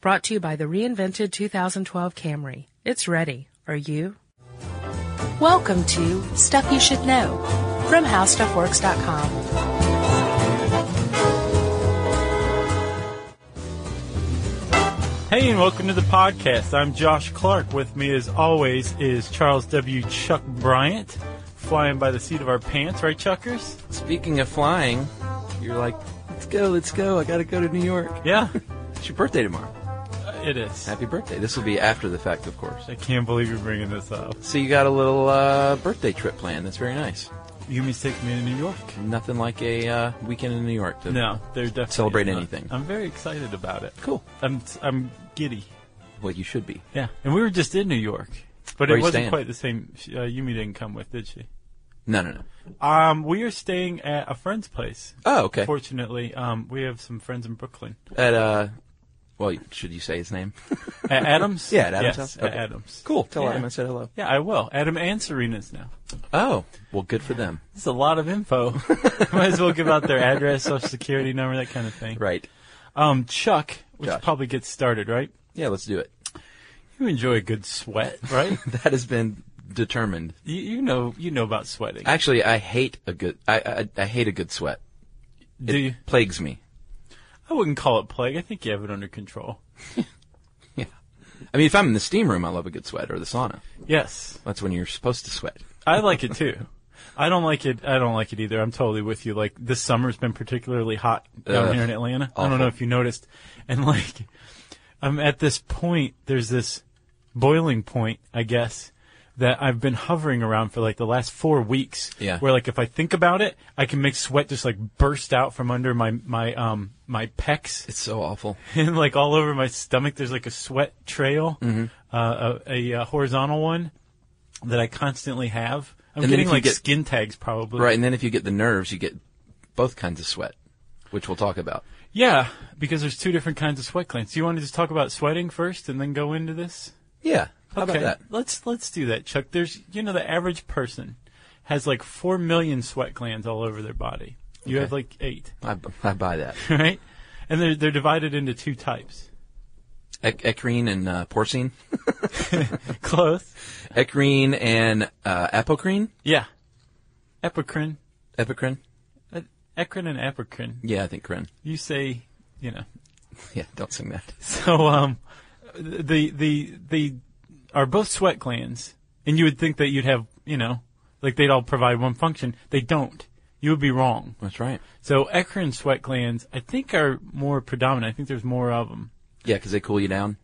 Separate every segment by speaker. Speaker 1: Brought to you by the reinvented 2012 Camry. It's ready. Are you? Welcome to Stuff You Should Know from HowStuffWorks.com.
Speaker 2: Hey, and welcome to the podcast. I'm Josh Clark. With me, as always, is Charles W. Chuck Bryant, flying by the seat of our pants, right, Chuckers?
Speaker 3: Speaking of flying, you're like, let's go, let's go. I gotta go to New York.
Speaker 2: Yeah,
Speaker 3: It's your birthday tomorrow.
Speaker 2: it is.
Speaker 3: Happy birthday. This will be after the fact, of course.
Speaker 2: I can't believe you're bringing this up.
Speaker 3: So you got a little uh, birthday trip planned. That's very nice.
Speaker 2: You mean take me to New York?
Speaker 3: Nothing like a uh, weekend in New York. To
Speaker 2: No, they're definitely
Speaker 3: Celebrate
Speaker 2: not.
Speaker 3: anything.
Speaker 2: I'm very excited about it.
Speaker 3: Cool.
Speaker 2: I'm I'm giddy.
Speaker 3: Well, you should be.
Speaker 2: Yeah, and we were just in New York, but
Speaker 3: Where
Speaker 2: it
Speaker 3: you
Speaker 2: wasn't
Speaker 3: staying?
Speaker 2: quite the same. She- Uh, Yumi didn't come with, did she?
Speaker 3: No, no, no.
Speaker 2: Um, we are staying at a friend's place.
Speaker 3: Oh, okay.
Speaker 2: Fortunately, um, we have some friends in Brooklyn.
Speaker 3: At uh, well, should you say his name?
Speaker 2: At Adams?
Speaker 3: Yeah, at Adams'
Speaker 2: yes,
Speaker 3: house?
Speaker 2: At
Speaker 3: Okay.
Speaker 2: Adams.
Speaker 3: Cool. Tell
Speaker 2: Yeah.
Speaker 3: him I said hello.
Speaker 2: Yeah, I will. Adam and Serena's now.
Speaker 3: Oh, well, good for them.
Speaker 2: This is a lot of info. Might as well give out their address, social security number, that kind of thing.
Speaker 3: Right.
Speaker 2: Um, Chuck, which
Speaker 3: Josh.
Speaker 2: probably gets started, right?
Speaker 3: Yeah, let's do it.
Speaker 2: You enjoy a good sweat, right?
Speaker 3: That has been determined.
Speaker 2: you, you know, you know about sweating.
Speaker 3: Actually, I hate a good. I I, I hate a good sweat. It
Speaker 2: Do you?
Speaker 3: plagues me.
Speaker 2: I wouldn't call it plague. I think you have it under control.
Speaker 3: Yeah. I mean, if I'm in the steam room, I love a good sweat or the sauna.
Speaker 2: Yes,
Speaker 3: That's when you're supposed to sweat.
Speaker 2: I like it too. I don't like it. I don't like it either. I'm totally with you. Like this summer's been particularly hot down
Speaker 3: Ugh,
Speaker 2: here in Atlanta. I don't
Speaker 3: awful.
Speaker 2: know if you noticed. And like, I'm at this point. There's this boiling point, I guess, that I've been hovering around for like the last four weeks.
Speaker 3: Yeah.
Speaker 2: Where like if I think about it, I can make sweat just like burst out from under my my um my pecs
Speaker 3: It's so awful.
Speaker 2: and like all over my stomach. There's like a sweat trail,
Speaker 3: Mm-hmm.
Speaker 2: uh, a, a, uh horizontal one that I constantly have. I'm
Speaker 3: And then if
Speaker 2: getting
Speaker 3: you
Speaker 2: like
Speaker 3: get-
Speaker 2: skin tags probably.
Speaker 3: Right, and then if you get the nerves, you get both kinds of sweat, which we'll talk about.
Speaker 2: Yeah, because there's two different kinds of sweat glands. Do you want to just talk about sweating first and then go into this?
Speaker 3: Yeah. How
Speaker 2: okay.
Speaker 3: about that?
Speaker 2: Let's let's do that, Chuck. There's you know the average person has like four million sweat glands all over their body. You
Speaker 3: Okay.
Speaker 2: have like eight,
Speaker 3: I, b- I buy that.
Speaker 2: right? And they're they're divided into two types.
Speaker 3: Ec- Eccrine and uh, porcine.
Speaker 2: Close.
Speaker 3: Eccrine and uh, apocrine.
Speaker 2: Yeah. Epicrine.
Speaker 3: Epicrine.
Speaker 2: Uh, Eccrine and apocrine.
Speaker 3: Yeah, I think crine.
Speaker 2: you say, you know.
Speaker 3: Yeah, don't sing that.
Speaker 2: So um, the the they are both sweat glands, and you would think that you'd have, you know, like they'd all provide one function. They don't. You would be wrong.
Speaker 3: That's right.
Speaker 2: So eccrine sweat glands, I think, are more predominant. I think there's more of them.
Speaker 3: Yeah, because they cool you down.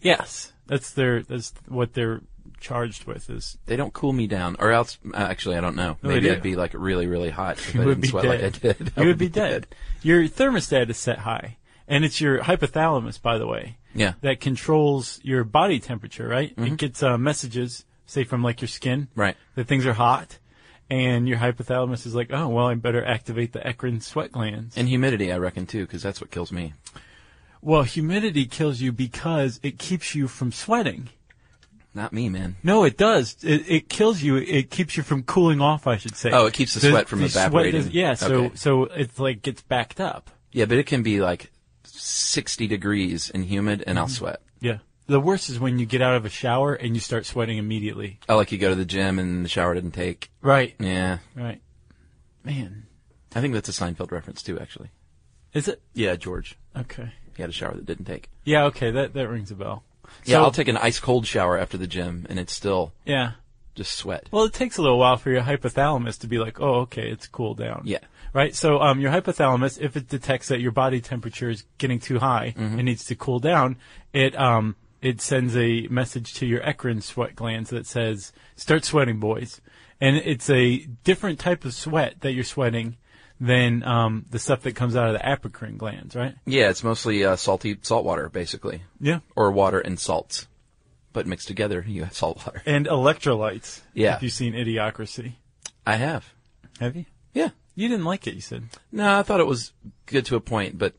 Speaker 2: Yes, that's their that's what they're charged with is
Speaker 3: They don't cool me down, or else uh, actually I don't know.
Speaker 2: No, they
Speaker 3: Maybe
Speaker 2: do.
Speaker 3: I'd be like really, really hot if
Speaker 2: you
Speaker 3: I
Speaker 2: would
Speaker 3: didn't
Speaker 2: be
Speaker 3: sweat
Speaker 2: dead.
Speaker 3: like I did. I
Speaker 2: You would be dead. Your thermostat is set high, and it's your hypothalamus, by the way.
Speaker 3: Yeah. Mm-hmm.
Speaker 2: that controls your body temperature, right? It gets uh, messages, say from like your skin,
Speaker 3: Right.
Speaker 2: that things are hot, and your hypothalamus is like, oh well, I better activate the eccrine sweat glands.
Speaker 3: And humidity, I reckon too, because that's what kills me.
Speaker 2: well, humidity kills you because it keeps you from sweating.
Speaker 3: Not me, man.
Speaker 2: No, it does. It, it kills you. It keeps you from cooling off, I should say.
Speaker 3: Oh, it keeps the sweat from
Speaker 2: sweat
Speaker 3: evaporating.
Speaker 2: does- yeah, so
Speaker 3: Okay.
Speaker 2: so it's like gets backed up.
Speaker 3: Yeah, but it can be like 60 degrees and humid, and I'll sweat.
Speaker 2: Yeah. The worst is when you get out of a shower and you start sweating immediately.
Speaker 3: I like you go to the gym and the shower didn't take.
Speaker 2: Right.
Speaker 3: Yeah,
Speaker 2: Right. Man.
Speaker 3: I think that's a Seinfeld reference too, actually.
Speaker 2: Is it?
Speaker 3: Yeah, George,
Speaker 2: Okay.
Speaker 3: he had a shower that didn't take.
Speaker 2: Yeah, okay, that, that rings a bell.
Speaker 3: Yeah,
Speaker 2: So-
Speaker 3: I'll take an ice cold shower after the gym, and it's still
Speaker 2: Yeah.
Speaker 3: just sweat.
Speaker 2: Well, it takes a little while for your hypothalamus to be like, oh, okay, it's cooled down.
Speaker 3: Yeah.
Speaker 2: Right? So, um, your hypothalamus, if it detects that your body temperature is getting too high
Speaker 3: Mm-hmm.
Speaker 2: and needs to cool down, it, um, it sends a message to your eccrine sweat glands that says, start sweating, boys. And it's a different type of sweat that you're sweating than, um, the stuff that comes out of the apocrine glands, right?
Speaker 3: Yeah, it's mostly uh, salty salt water, basically,
Speaker 2: Yeah.
Speaker 3: or water and salts, but mixed together, you have salt water.
Speaker 2: And electrolytes.
Speaker 3: Yeah.
Speaker 2: If you've seen Idiocracy.
Speaker 3: I have.
Speaker 2: Have you?
Speaker 3: Yeah.
Speaker 2: You didn't like it, you said.
Speaker 3: No, I thought it was good to a point, but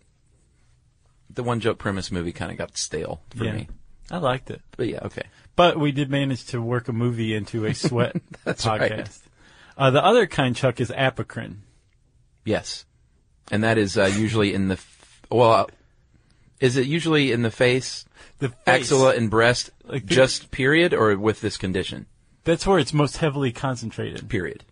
Speaker 3: the one joke premise movie kind of got stale for me.
Speaker 2: I liked it.
Speaker 3: But yeah, okay.
Speaker 2: But we did manage to work a movie into a sweat
Speaker 3: That's
Speaker 2: podcast.
Speaker 3: right.
Speaker 2: Uh, the other kind, Chuck, is apocrine.
Speaker 3: Yes, and that is uh, usually in the f- well. Is it usually in the face,
Speaker 2: The face,
Speaker 3: axilla, and breast,
Speaker 2: Like the-
Speaker 3: just period, or with this condition?
Speaker 2: That's where it's most heavily concentrated.
Speaker 3: Period.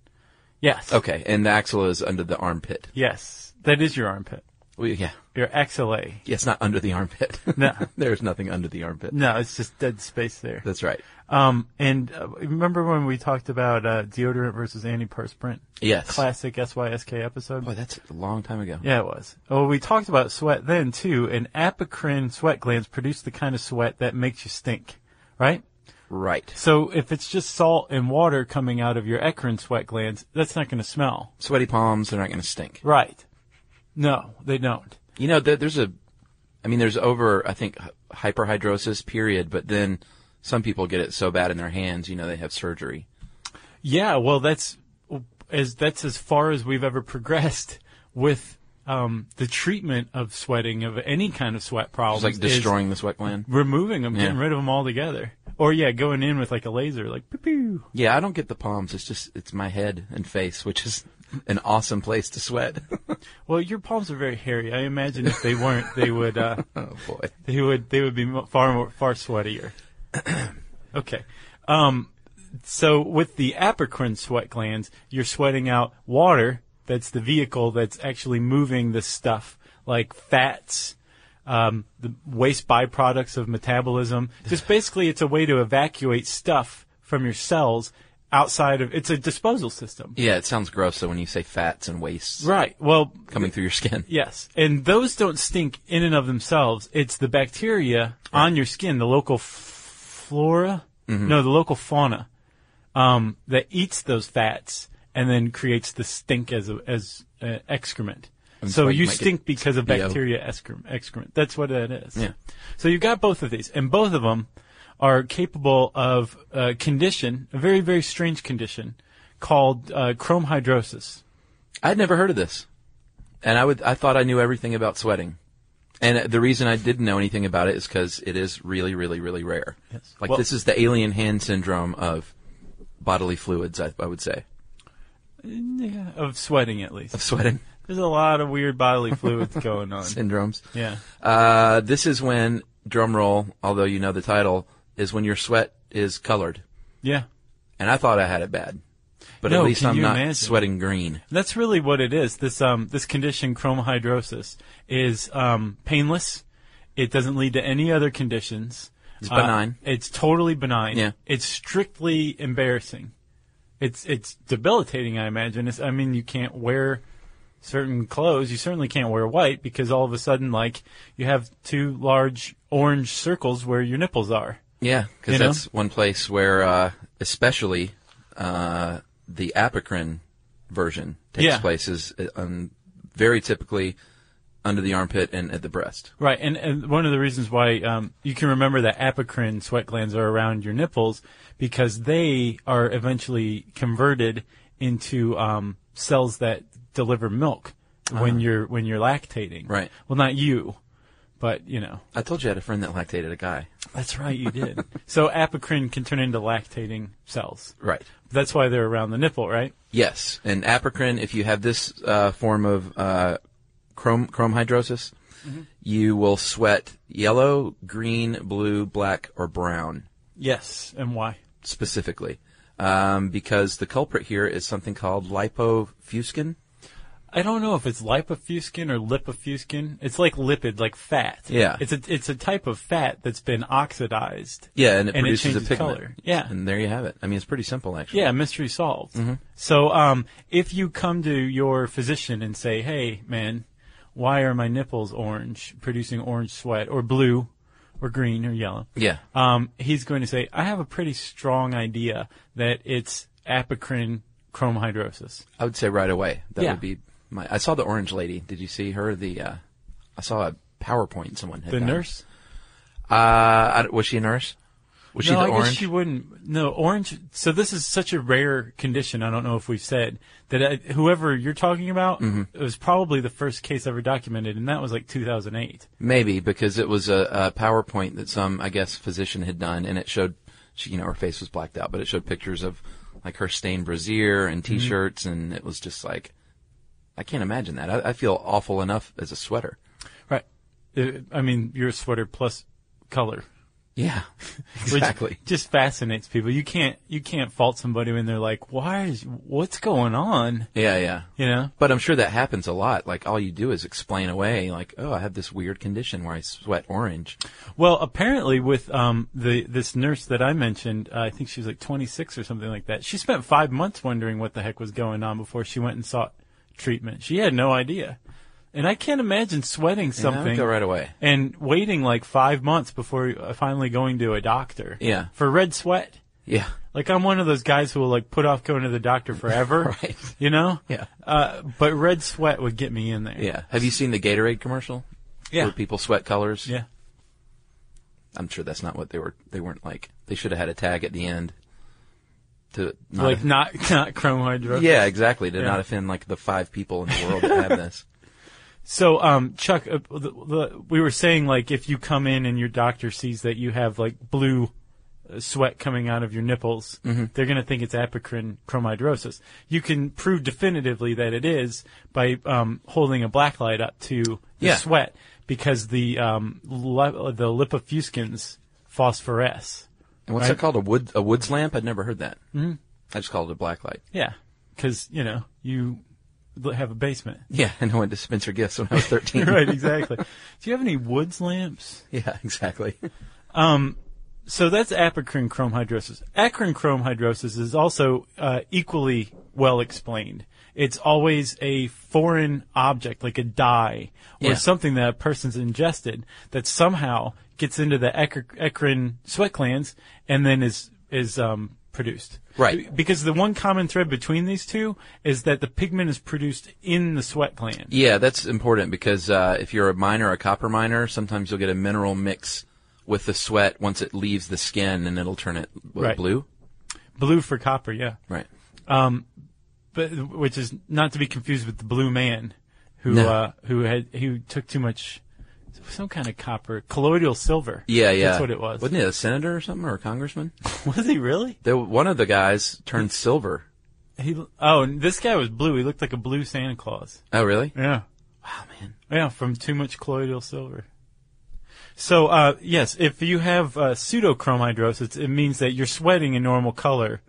Speaker 2: Yes.
Speaker 3: Okay, and the axilla is under the armpit.
Speaker 2: Yes. That is your armpit.
Speaker 3: Well, yeah.
Speaker 2: Your axillae.
Speaker 3: yeah, it's not under the armpit.
Speaker 2: No.
Speaker 3: There's nothing under the armpit.
Speaker 2: No, it's just dead space there.
Speaker 3: That's right.
Speaker 2: Um, and uh, remember when we talked about uh, deodorant versus antiperspirant?
Speaker 3: Yes.
Speaker 2: Classic SYSK episode.
Speaker 3: Boy, that's a long time ago.
Speaker 2: Yeah, it was. Well, we talked about sweat then too, and apocrine sweat glands produce the kind of sweat that makes you stink, right?
Speaker 3: Right.
Speaker 2: So if it's just salt and water coming out of your eccrine sweat glands, that's not going to smell,
Speaker 3: Sweaty palms, they're not going to stink.
Speaker 2: right? No, they don't.
Speaker 3: You know, there, there's a, I mean, there's over, I think, hy- hyperhidrosis period, but then some people get it so bad in their hands, you know, they have surgery.
Speaker 2: Yeah, well, that's as that's as far as we've ever progressed with um, the treatment of sweating of any kind of sweat
Speaker 3: It's
Speaker 2: problems.
Speaker 3: like
Speaker 2: is
Speaker 3: destroying the sweat gland.
Speaker 2: removing them, getting
Speaker 3: Yeah.
Speaker 2: rid of them altogether, or yeah, going in with like a laser, like pew pew.
Speaker 3: Yeah, I don't get the palms. It's just, it's my head and face, which is an awesome place to sweat.
Speaker 2: Well, your palms are very hairy. I imagine if they weren't, they would uh,
Speaker 3: oh boy.
Speaker 2: they would they would be mo- far more far sweatier. okay, um, so with the apocrine sweat glands, you're sweating out water. That's the vehicle that's actually moving the stuff like fats, um, the waste byproducts of metabolism. Just basically, it's a way to evacuate stuff from your cells outside of. It's a disposal system.
Speaker 3: Yeah, it sounds gross though when you say fats and wastes
Speaker 2: Right. Well,
Speaker 3: coming through your skin.
Speaker 2: Yes, and those don't stink in and of themselves. It's the bacteria on your skin, the local f- flora,
Speaker 3: Mm-hmm.
Speaker 2: no, the local fauna, um, that eats those fats and then creates the stink as a, as uh, excrement. so
Speaker 3: why you
Speaker 2: you
Speaker 3: might get
Speaker 2: stink because of
Speaker 3: BO.
Speaker 2: bacteria excre- excrement. That's what that is.
Speaker 3: Yeah.
Speaker 2: So you've got both of these, and both of them are capable of a condition, a very very strange condition called uh, chromhidrosis.
Speaker 3: I'd never heard of this, and I would I thought I knew everything about sweating, and uh, the reason I didn't know anything about it is because it is really, really, really rare.
Speaker 2: Yes.
Speaker 3: Like
Speaker 2: Well-
Speaker 3: this is the alien hand syndrome of bodily fluids. I, I would say
Speaker 2: Yeah, eh, of sweating at least.
Speaker 3: of sweating
Speaker 2: There's a lot of weird bodily fluids going on.
Speaker 3: syndromes.
Speaker 2: Yeah.
Speaker 3: Uh, this is when drum roll, although you know the title, is when your sweat is colored,
Speaker 2: Yeah.
Speaker 3: and I thought I had it bad, but
Speaker 2: No,
Speaker 3: at least
Speaker 2: can
Speaker 3: I'm
Speaker 2: you
Speaker 3: not
Speaker 2: imagine?
Speaker 3: sweating green.
Speaker 2: That's really what it is. This um this condition chromohidrosis is um painless. It doesn't lead to any other conditions. It's
Speaker 3: benign.
Speaker 2: it's totally benign.
Speaker 3: Yeah.
Speaker 2: It's strictly embarrassing. It's it's debilitating, I imagine. It's, I mean, you can't wear certain clothes. You certainly can't wear white because all of a sudden like you have two large orange circles where your nipples are.
Speaker 3: Yeah, because
Speaker 2: You know?
Speaker 3: that's one place where, uh, especially uh, the apocrine version takes
Speaker 2: Yeah.
Speaker 3: place is uh, um, very typically under the armpit and at the breast.
Speaker 2: Right, and, and one of the reasons why um, you can remember that apocrine sweat glands are around your nipples because they are eventually converted into um, cells that deliver milk when you're when you're lactating.
Speaker 3: Right.
Speaker 2: Well, not you, but you know.
Speaker 3: I told you I had a friend that lactated a guy.
Speaker 2: That's right, you did. so apocrine can turn into lactating cells.
Speaker 3: Right.
Speaker 2: That's why they're around the nipple, right?
Speaker 3: Yes, and apocrine. If you have this uh, form of uh, chrome chromhidrosis,
Speaker 2: Mm-hmm.
Speaker 3: you will sweat yellow, green, blue, black, or brown.
Speaker 2: Yes. And why?
Speaker 3: specifically, um, because the culprit here is something called lipofuscin.
Speaker 2: I don't know if it's lipofuscin or lipofuscin. It's like lipid, like fat.
Speaker 3: Yeah.
Speaker 2: It's a it's a type of fat that's been oxidized.
Speaker 3: Yeah, and it
Speaker 2: And it
Speaker 3: produces
Speaker 2: changes
Speaker 3: a pigment.
Speaker 2: color. Yeah.
Speaker 3: and there you have it. I mean, it's pretty simple actually.
Speaker 2: Yeah, mystery solved. So, um, if you come to your physician and say, "Hey, man, why are my nipples orange, producing orange sweat, or blue, or green, or yellow?"
Speaker 3: Yeah,
Speaker 2: Um, he's going to say, "I have a pretty strong idea that it's apocrine chromhidrosis."
Speaker 3: I would say right away. That
Speaker 2: Yeah.
Speaker 3: would be my. I saw the orange lady. Did you see her? The uh, I saw a PowerPoint someone had
Speaker 2: The
Speaker 3: done.
Speaker 2: nurse?
Speaker 3: Uh, I, was she a nurse? Was she
Speaker 2: no,
Speaker 3: the
Speaker 2: I
Speaker 3: orange?
Speaker 2: guess she wouldn't. No, orange. So this is such a rare condition. I don't know if we've said that uh whoever you're talking about
Speaker 3: Mm-hmm.
Speaker 2: it was probably the first case ever documented, and that was like 2008.
Speaker 3: Maybe because it was a, a PowerPoint that some, I guess, physician had done, and it showed, she, you know, her face was blacked out, but it showed pictures of like her stained brassiere and T-shirts, and it was just like, I can't imagine that. I, I feel awful enough as a sweater.
Speaker 2: Right. uh, I mean, your sweater plus color.
Speaker 3: Yeah,
Speaker 2: which
Speaker 3: exactly.
Speaker 2: just fascinates people. You can't you can't fault somebody when they're like, "Why is what's going on?"
Speaker 3: yeah, yeah.
Speaker 2: You know?
Speaker 3: But I'm sure that happens a lot. Like all you do is explain away, like, oh, I have this weird condition where I sweat orange.
Speaker 2: Well, apparently with um the this nurse that I mentioned, uh, I think she was like 26 or something like that. She spent 5 months wondering what the heck was going on before she went and sought treatment. She had no idea. And I can't imagine sweating
Speaker 3: You know,
Speaker 2: something
Speaker 3: Go right away.
Speaker 2: and waiting like 5 months before uh, finally going to a doctor.
Speaker 3: Yeah.
Speaker 2: For red sweat.
Speaker 3: Yeah.
Speaker 2: Like I'm one of those guys who will like put off going to the doctor forever.
Speaker 3: Right.
Speaker 2: You know?
Speaker 3: Yeah.
Speaker 2: Uh, but red sweat would get me in there.
Speaker 3: Yeah. Have you seen the Gatorade commercial?
Speaker 2: Yeah.
Speaker 3: Where people sweat colors.
Speaker 2: Yeah.
Speaker 3: I'm sure that's not what they were. They weren't like. They should have had a tag at the end. To not
Speaker 2: Like not not chromohydrosis.
Speaker 3: Yeah, exactly. To
Speaker 2: Yeah.
Speaker 3: not offend like the five people in the world that have this.
Speaker 2: So, um, Chuck, uh, the, the, we were saying like if you come in and your doctor sees that you have like blue uh, sweat coming out of your nipples, they're going to think it's apocrine chromhidrosis. You can prove definitively that it is by um, holding a black light up to the
Speaker 3: Yeah.
Speaker 2: sweat because the um, le- the lipofuscins phosphoresce.
Speaker 3: And what's
Speaker 2: Right. Mm-hmm.
Speaker 3: that called? A wood a woods lamp? I'd never heard that. Mm. I just called it a black light.
Speaker 2: Yeah, because you know you l- have a basement.
Speaker 3: Yeah, I know when to Spencer gifts when I was 13.
Speaker 2: right, exactly. Do you have any woods lamps?
Speaker 3: Yeah, exactly.
Speaker 2: So that's apocrine chromhidrosis. Acrin chromhidrosis is also uh, equally well explained. It's always a foreign object, like a dye or
Speaker 3: Yeah.
Speaker 2: something that a person's ingested that somehow gets into the ec- eccrine sweat glands and then is is um, produced.
Speaker 3: Right.
Speaker 2: Because the one common thread between these two is that the pigment is produced in the sweat gland.
Speaker 3: Yeah, that's important because uh, if you're a miner, a copper miner, sometimes you'll get a mineral mix with the sweat once it leaves the skin and it'll turn it what,
Speaker 2: Right.
Speaker 3: blue.
Speaker 2: Blue for copper, yeah.
Speaker 3: Right.
Speaker 2: but which is not to be confused with the blue man who
Speaker 3: No.
Speaker 2: uh, who had who took too much some kind of copper colloidal silver
Speaker 3: Yeah, yeah.
Speaker 2: that's what it was
Speaker 3: Wasn't it a senator or something or a congressman?
Speaker 2: was he really
Speaker 3: There, one of the guys turned silver.
Speaker 2: he oh and this guy was blue he looked like a blue santa claus
Speaker 3: Oh, really?
Speaker 2: yeah
Speaker 3: Wow, man.
Speaker 2: yeah from too much colloidal silver so uh, yes if you have uh, pseudochromhidrosis it means that you're sweating a normal color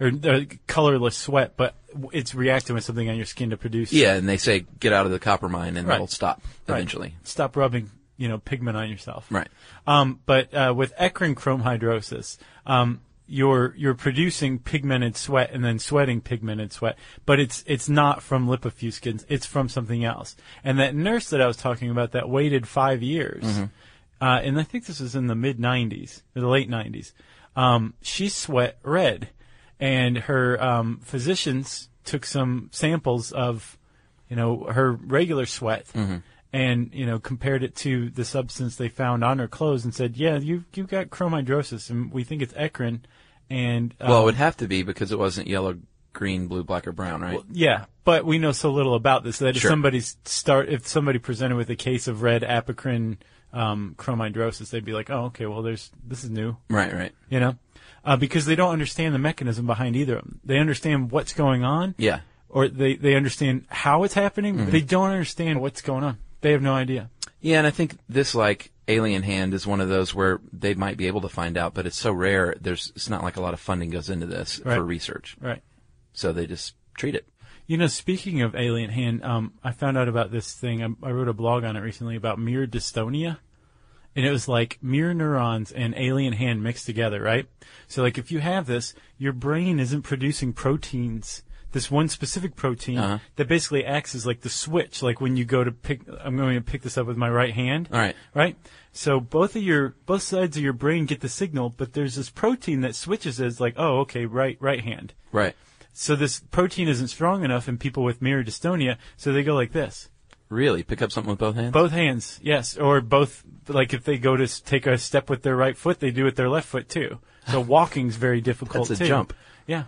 Speaker 2: or uh, colorless sweat but it's reacting with something on your skin to produce
Speaker 3: Yeah, and they say get out of the copper mine and
Speaker 2: Right.
Speaker 3: it'll stop
Speaker 2: Right.
Speaker 3: eventually.
Speaker 2: stop rubbing you know pigment on yourself
Speaker 3: Right.
Speaker 2: Um, but uh, with eccrine chromhidrosis, um, you're you're producing pigmented sweat and then sweating pigmented sweat, but it's it's not from lipofuscins, it's from something else. And that nurse that I was talking about that waited five years, uh, and I think this was in the mid '90s or the late '90s, um, she sweat red, and her um, physicians took some samples of you know, her regular sweat
Speaker 3: Mm-hmm.
Speaker 2: and, you know, compared it to the substance they found on her clothes and said, yeah, you, you've got chromhidrosis and we think it's eccrine. And, uh,
Speaker 3: Well, it would have to be because it wasn't yellow, green, blue, black, or brown, right?
Speaker 2: yeah, but we know so little about this that if
Speaker 3: Sure.
Speaker 2: somebody start, if somebody presented with a case of red apocrine, um, chromhidrosis, they'd be like, oh, okay, well, there's, this is new,
Speaker 3: right, right.
Speaker 2: you know, uh, because they don't understand the mechanism behind either of them. They understand what's going on.
Speaker 3: Yeah.
Speaker 2: Or they, they understand how it's happening, but they don't understand what's going on. They have no idea.
Speaker 3: Yeah, and I think this like alien hand is one of those where they might be able to find out, but it's so rare. There's it's not like a lot of funding goes into this
Speaker 2: Right.
Speaker 3: for research,
Speaker 2: Right.
Speaker 3: so they just treat it.
Speaker 2: You know, speaking of alien hand, um, I found out about this thing. I, I wrote a blog on it recently about mirror dystonia. And it was like mirror neurons and alien hand mixed together, right? So like if you have this, your brain isn't producing proteins. This one specific protein
Speaker 3: Uh-huh.
Speaker 2: that basically acts as like the switch, like when you go to pick, I'm going to pick this up with my right hand.
Speaker 3: All right.
Speaker 2: Right? So both of your, both sides of your brain get the signal, but there's this protein that switches as like, oh, okay, right, right hand.
Speaker 3: Right.
Speaker 2: So this protein isn't strong enough in people with mirror dystonia, so they go like this.
Speaker 3: Really, pick up something with both hands.
Speaker 2: Both hands, yes, or both, like if they go to s- take a step with their right foot, they do with their left foot too. So walking's very difficult
Speaker 3: That's a
Speaker 2: too.
Speaker 3: jump.
Speaker 2: Yeah.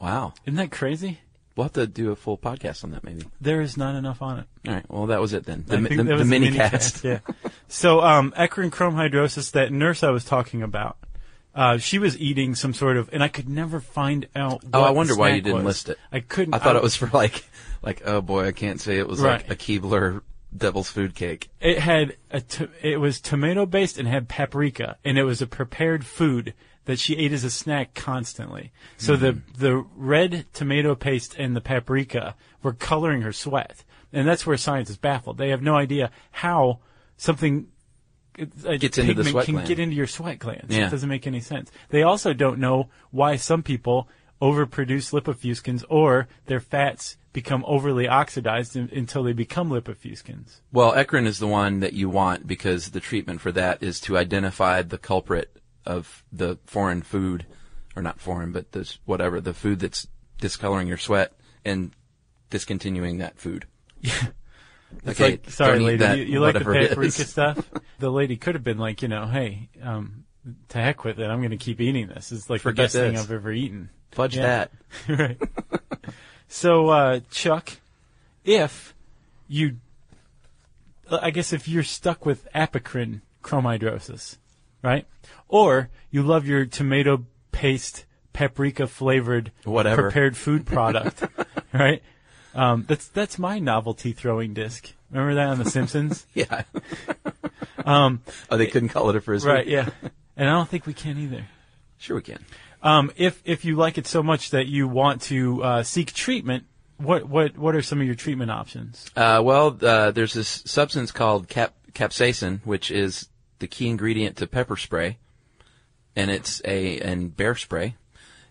Speaker 3: wow.
Speaker 2: Isn't that crazy?
Speaker 3: We'll have to do a full podcast on that maybe.
Speaker 2: There is not enough on it.
Speaker 3: All right. Well, that was it then. The,
Speaker 2: I
Speaker 3: mi-
Speaker 2: think
Speaker 3: the,
Speaker 2: that was a
Speaker 3: mini
Speaker 2: minicast, Yeah. so, um, eccrine chromhidrosis, that nurse I was talking about, uh, she was eating some sort of, and I could never find out.
Speaker 3: Oh,
Speaker 2: what
Speaker 3: I wonder
Speaker 2: the
Speaker 3: why
Speaker 2: snack
Speaker 3: you didn't
Speaker 2: was.
Speaker 3: list it.
Speaker 2: I couldn't.
Speaker 3: I thought it was for like, like oh boy, I can't say it was
Speaker 2: Right.
Speaker 3: like a Keebler devil's food cake.
Speaker 2: It had a t- it was tomato based and had paprika, and it was a prepared food that she ate as a snack constantly. So
Speaker 3: Hmm.
Speaker 2: the the red tomato paste and the paprika were coloring her sweat, and that's where science is baffled. They have no idea how something a
Speaker 3: Gets into the
Speaker 2: pigment
Speaker 3: sweat
Speaker 2: can
Speaker 3: gland.
Speaker 2: get into your sweat glands.
Speaker 3: Yeah.
Speaker 2: It doesn't make any sense. They also don't know why some people overproduce lipofuscins or their fats become overly oxidized in, until they become lipofuscins.
Speaker 3: Well, Ekron is the one that you want because the treatment for that is to identify the culprit of the foreign food, or not foreign, but this whatever the food that's discoloring your sweat and discontinuing that food. Yeah.
Speaker 2: It's like, sorry,
Speaker 3: don't eat
Speaker 2: lady,
Speaker 3: that,
Speaker 2: you, you like the
Speaker 3: whatever it is.
Speaker 2: paprika stuff? The lady could have been like, you know, hey, um, to heck with it. I'm going to keep eating this. It's like the
Speaker 3: Forget
Speaker 2: best thing
Speaker 3: this.
Speaker 2: I've ever eaten.
Speaker 3: Fudge
Speaker 2: Yeah.
Speaker 3: that.
Speaker 2: right. so, uh, Chuck, if you, I guess if you're stuck with apocrine chromidrosis, right? Or you love your tomato paste, paprika flavored,
Speaker 3: Whatever.
Speaker 2: prepared food product, right? Um, that's, that's my novelty throwing disc. Remember that on The Simpsons?
Speaker 3: Yeah. um, oh, they couldn't call it a frisbee.
Speaker 2: right, yeah. And I don't think we can either.
Speaker 3: Sure, we can.
Speaker 2: Um, if if you like it so much that you want to uh, seek treatment, what what what are some of your treatment options?
Speaker 3: Uh, well, uh, there's this substance called cap- capsaicin, which is the key ingredient to pepper spray, and it's a and bear spray,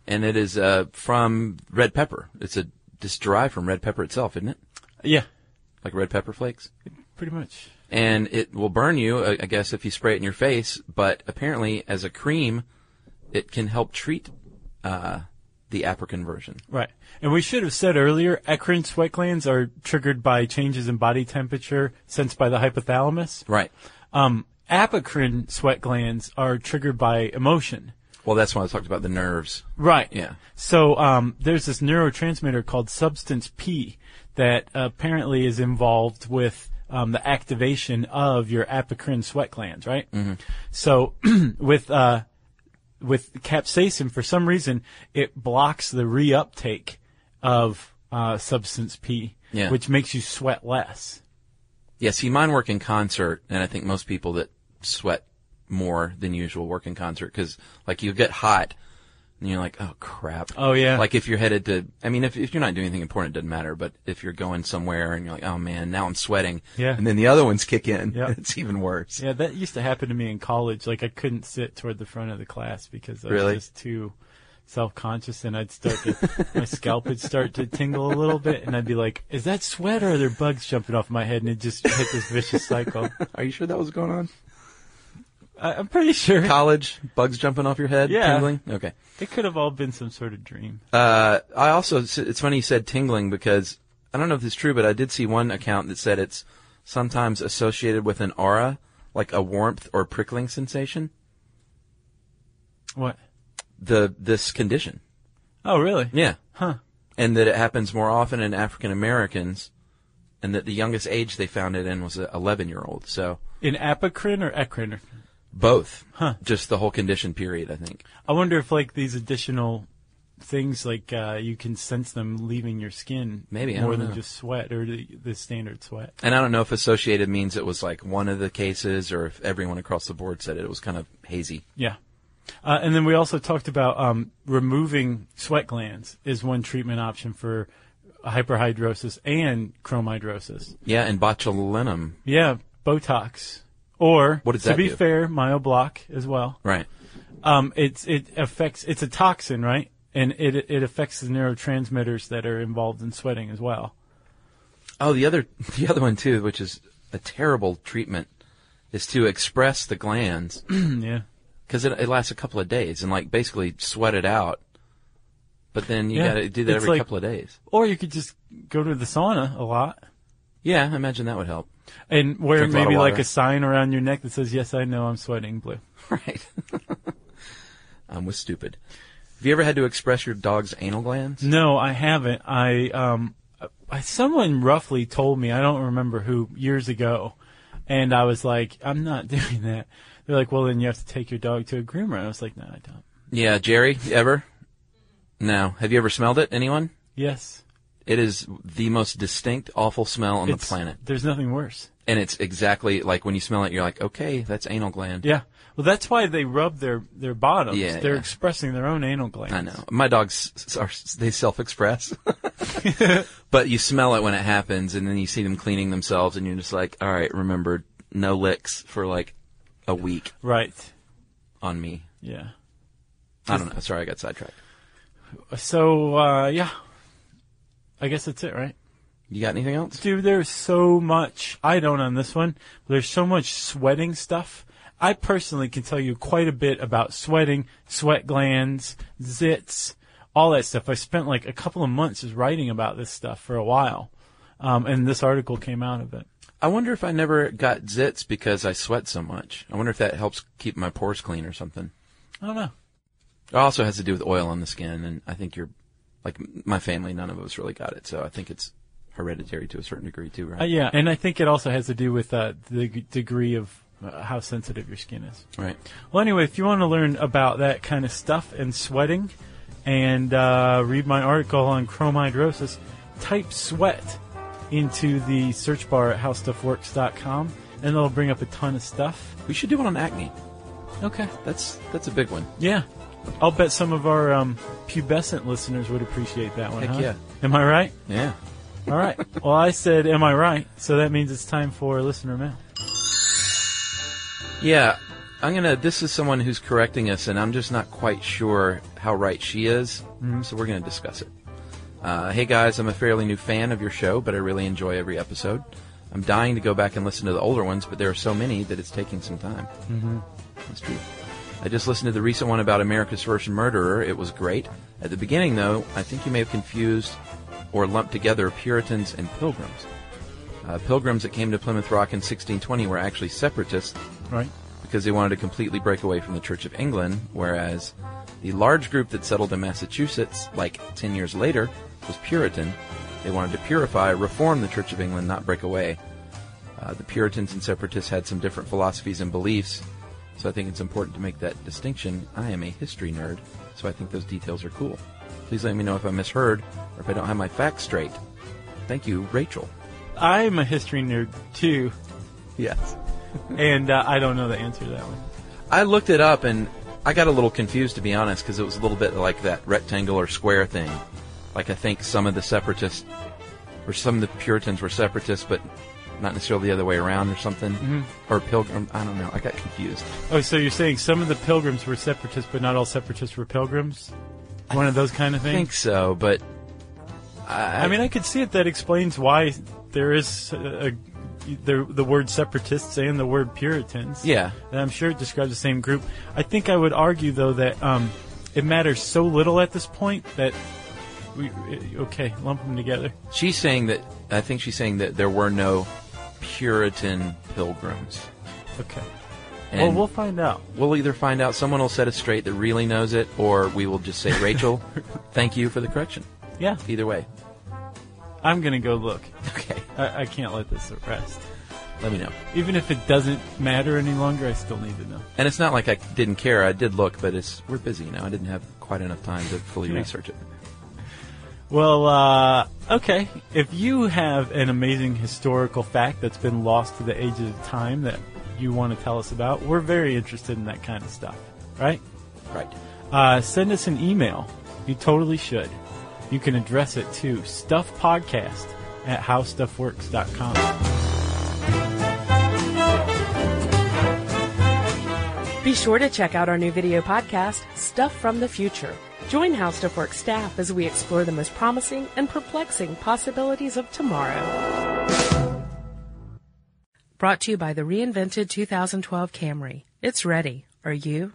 Speaker 3: and it is uh, from red pepper. It's a it's derived from red pepper itself, isn't it?
Speaker 2: Yeah,
Speaker 3: Like red pepper flakes,
Speaker 2: pretty much.
Speaker 3: and it will burn you, uh, I I guess, if you spray it in your face. But apparently, as a cream, it can help treat uh, the aprican version.
Speaker 2: Right. And we should have said earlier, eccrine sweat glands are triggered by changes in body temperature sensed by the hypothalamus.
Speaker 3: Right.
Speaker 2: Um, apocrine sweat glands are triggered by emotion.
Speaker 3: Well, that's why I talked about the nerves.
Speaker 2: Right.
Speaker 3: Yeah.
Speaker 2: So um, there's this neurotransmitter called substance P that apparently is involved with um, the activation of your apocrine sweat glands, right?
Speaker 3: Mm-hmm.
Speaker 2: So with uh, with capsaicin, for some reason, it blocks the reuptake of uh, substance P,
Speaker 3: Yeah.
Speaker 2: which makes you sweat less.
Speaker 3: Yeah, see, mine work in concert, and I think most people that sweat more than usual work in concert because, like, you get hot, and you're like, oh crap.
Speaker 2: Oh, yeah.
Speaker 3: Like if you're headed to, I mean, if if you're not doing anything important, it doesn't matter. But if you're going somewhere and you're like, oh man, now I'm sweating.
Speaker 2: Yeah.
Speaker 3: And then the other ones kick in.
Speaker 2: Yeah.
Speaker 3: It's even worse.
Speaker 2: Yeah, that used to happen to me in college. Like I couldn't sit toward the front of the class because I
Speaker 3: Really?
Speaker 2: was just too self-conscious and I'd start to, my scalp would start to tingle a little bit and I'd be like, is that sweat or are there bugs jumping off my head? And it just hit this vicious cycle.
Speaker 3: Are you sure that was going on?
Speaker 2: I, I'm pretty sure
Speaker 3: College bugs jumping off your head,
Speaker 2: Yeah.
Speaker 3: tingling. Okay.
Speaker 2: it could have all been some sort of dream.
Speaker 3: Uh, I also, it's funny you said tingling because I don't know if this is true, but I did see one account that said it's sometimes associated with an aura, like a warmth or prickling sensation.
Speaker 2: What?
Speaker 3: The, this condition.
Speaker 2: Oh, really?
Speaker 3: Yeah.
Speaker 2: Huh.
Speaker 3: And that it happens more often in African Americans and that the youngest age they found it in was a 11 year old. So
Speaker 2: In apocrine or ecrine?
Speaker 3: both. Just the whole condition period, I think.
Speaker 2: I wonder if like these additional things like uh, you can sense them leaving your skin
Speaker 3: Maybe, I
Speaker 2: more
Speaker 3: don't
Speaker 2: than
Speaker 3: know.
Speaker 2: just sweat or the, the standard sweat.
Speaker 3: And I don't know if associated means it was like one of the cases or if everyone across the board said it. It was kind of hazy.
Speaker 2: Yeah. Uh, and then we also talked about um, removing sweat glands is one treatment option for hyperhidrosis and chromidrosis.
Speaker 3: Yeah. And botulinum.
Speaker 2: Yeah, Botox. Or
Speaker 3: What does
Speaker 2: to
Speaker 3: that
Speaker 2: be
Speaker 3: do?
Speaker 2: fair, myoblock as well.
Speaker 3: Right.
Speaker 2: Um, it's it affects it's a toxin, right? And it it affects the neurotransmitters that are involved in sweating as well.
Speaker 3: Oh, the other the other one too, which is a terrible treatment, is to express the glands
Speaker 2: yeah.
Speaker 3: because it, it lasts a couple of days and like basically sweat it out. But then you
Speaker 2: Yeah,
Speaker 3: gotta do that
Speaker 2: it's
Speaker 3: every
Speaker 2: like-
Speaker 3: couple of days.
Speaker 2: Or you could just go to the sauna a lot
Speaker 3: Yeah, I imagine that would help.
Speaker 2: and wear
Speaker 3: Drink a lot of
Speaker 2: maybe like
Speaker 3: water.
Speaker 2: a sign around your neck that says "Yes, I know I'm sweating blue."
Speaker 3: Right. I'm with stupid. Have you ever had to express your dog's anal glands?
Speaker 2: No, I haven't. I um, I, someone roughly told me I don't remember who years ago, and I was like, I'm not doing that. They're like, well, then you have to take your dog to a groomer. And I was like, no, I don't.
Speaker 3: Yeah, Jerry, ever? No. Have you ever smelled it? Anyone?
Speaker 2: Yes,
Speaker 3: It is the most distinct awful smell on
Speaker 2: It's-
Speaker 3: the planet.
Speaker 2: There's nothing worse.
Speaker 3: And it's exactly like when you smell it, you're like, okay, that's anal gland.
Speaker 2: Yeah. Well, that's why they rub their their bottoms.
Speaker 3: Yeah,
Speaker 2: They're
Speaker 3: yeah.
Speaker 2: expressing their own anal glands.
Speaker 3: I know. My dogs s- are they self-express, but you smell it when it happens, and then you see them cleaning themselves, and you're just like, all right, remember, no licks for like a week
Speaker 2: Right.
Speaker 3: on me.
Speaker 2: Yeah.
Speaker 3: I don't know. Sorry, I got sidetracked.
Speaker 2: So uh, yeah, I guess that's it, right?
Speaker 3: You got anything else?
Speaker 2: Dude, there's so much. I don't on this one. But there's so much sweating stuff. I personally can tell you quite a bit about sweating, sweat glands, zits, all that stuff. I spent like a couple of months just writing about this stuff for a while, um, and this article came out of it.
Speaker 3: I wonder if I never got zits because I sweat so much. I wonder if that helps keep my pores clean or something.
Speaker 2: I don't know.
Speaker 3: It also has to do with oil on the skin, and I think you're like m- my family. None of us really got it, so I think it's hereditary to a certain degree too, right?
Speaker 2: Uh, yeah, and I think it also has to do with uh, the g- degree of uh, how sensitive your skin is.
Speaker 3: Right.
Speaker 2: Well, anyway, if you want to learn about that kind of stuff and sweating, and uh, read my article on chromhidrosis, type sweat into the search bar at howstuffworks.com, and it'll bring up a ton of stuff.
Speaker 3: We should do one on acne.
Speaker 2: Okay.
Speaker 3: That's that's a big one.
Speaker 2: Yeah. I'll bet some of our um, pubescent listeners would appreciate that one.
Speaker 3: Heck
Speaker 2: huh?
Speaker 3: yeah.
Speaker 2: Am I right?
Speaker 3: Yeah.
Speaker 2: All right. well, I said, am I right? So that means it's time for listener mail.
Speaker 3: Yeah. I'm gonna. This is someone who's correcting us, and I'm just not quite sure how right she is. So we're gonna discuss it. Uh, hey guys, I'm a fairly new fan of your show, but I really enjoy every episode. I'm dying to go back and listen to the older ones, but there are so many that it's taking some time. Mm-hmm. That's true. I just listened to the recent one about America's First Murderer. It was great. At the beginning, though, I think you may have confused or lumped together Puritans and Pilgrims. Uh, pilgrims that came to Plymouth Rock in 1620 were actually separatists,
Speaker 2: Right?
Speaker 3: because they wanted to completely break away from the Church of England, whereas the large group that settled in Massachusetts, like 10 years later, was Puritan. They wanted to purify, reform the Church of England, not break away. Uh, the Puritans and separatists had some different philosophies and beliefs, so I think it's important to make that distinction. I am a history nerd, so I think those details are cool. Please let me know if I misheard or if I don't have my facts straight. Thank you, Rachel.
Speaker 2: I'm a history nerd too,
Speaker 3: Yes.
Speaker 2: and uh, I don't know the answer to that one.
Speaker 3: I looked it up and I got a little confused to be honest because it was a little bit like that rectangle or square thing. Like I think some of the separatists or some of the Puritans were separatists, but not necessarily the other way around or something.
Speaker 2: Mm-hmm.
Speaker 3: Or pilgrim. I don't know. I got confused.
Speaker 2: Oh, so you're saying some of the pilgrims were separatists, but not all separatists were pilgrims? One of those kind of
Speaker 3: I
Speaker 2: things?
Speaker 3: think so, but
Speaker 2: I mean, I could see it. That explains why there is uh a, the, the word separatists and the word Puritans.
Speaker 3: yeah,
Speaker 2: And I'm sure it describes the same group. I think I would argue, though, that um, it matters so little at this point that we. uh, Okay, lump them together.
Speaker 3: she's saying that. I think she's saying that there were no Puritan pilgrims.
Speaker 2: Okay.
Speaker 3: And
Speaker 2: well, we'll find out.
Speaker 3: we'll either find out someone will set us straight that really knows it, or we will just say, Rachel, thank you for the correction.
Speaker 2: Yeah,
Speaker 3: Either way,
Speaker 2: I'm going to go look.
Speaker 3: okay.
Speaker 2: I, I can't let this rest.
Speaker 3: Let me know.
Speaker 2: Even if it doesn't matter any longer, I still need to know.
Speaker 3: And it's not like I didn't care. I did look, but it's we're busy now. I didn't have quite enough time to fully
Speaker 2: Yeah.
Speaker 3: research it.
Speaker 2: Well, uh, okay. If you have an amazing historical fact that's been lost to the ages of time that you want to tell us about, we're very interested in that kind of stuff, right?
Speaker 3: Right.
Speaker 2: Uh, send us an email. You totally should. You can address it to stuffpodcast at howstuffworks.com.
Speaker 1: Be sure to check out our new video podcast, Stuff from the Future. Join How Stuff Works staff as we explore the most promising and perplexing possibilities of tomorrow. Brought to you by the reinvented 2012 Camry. It's ready. Are you?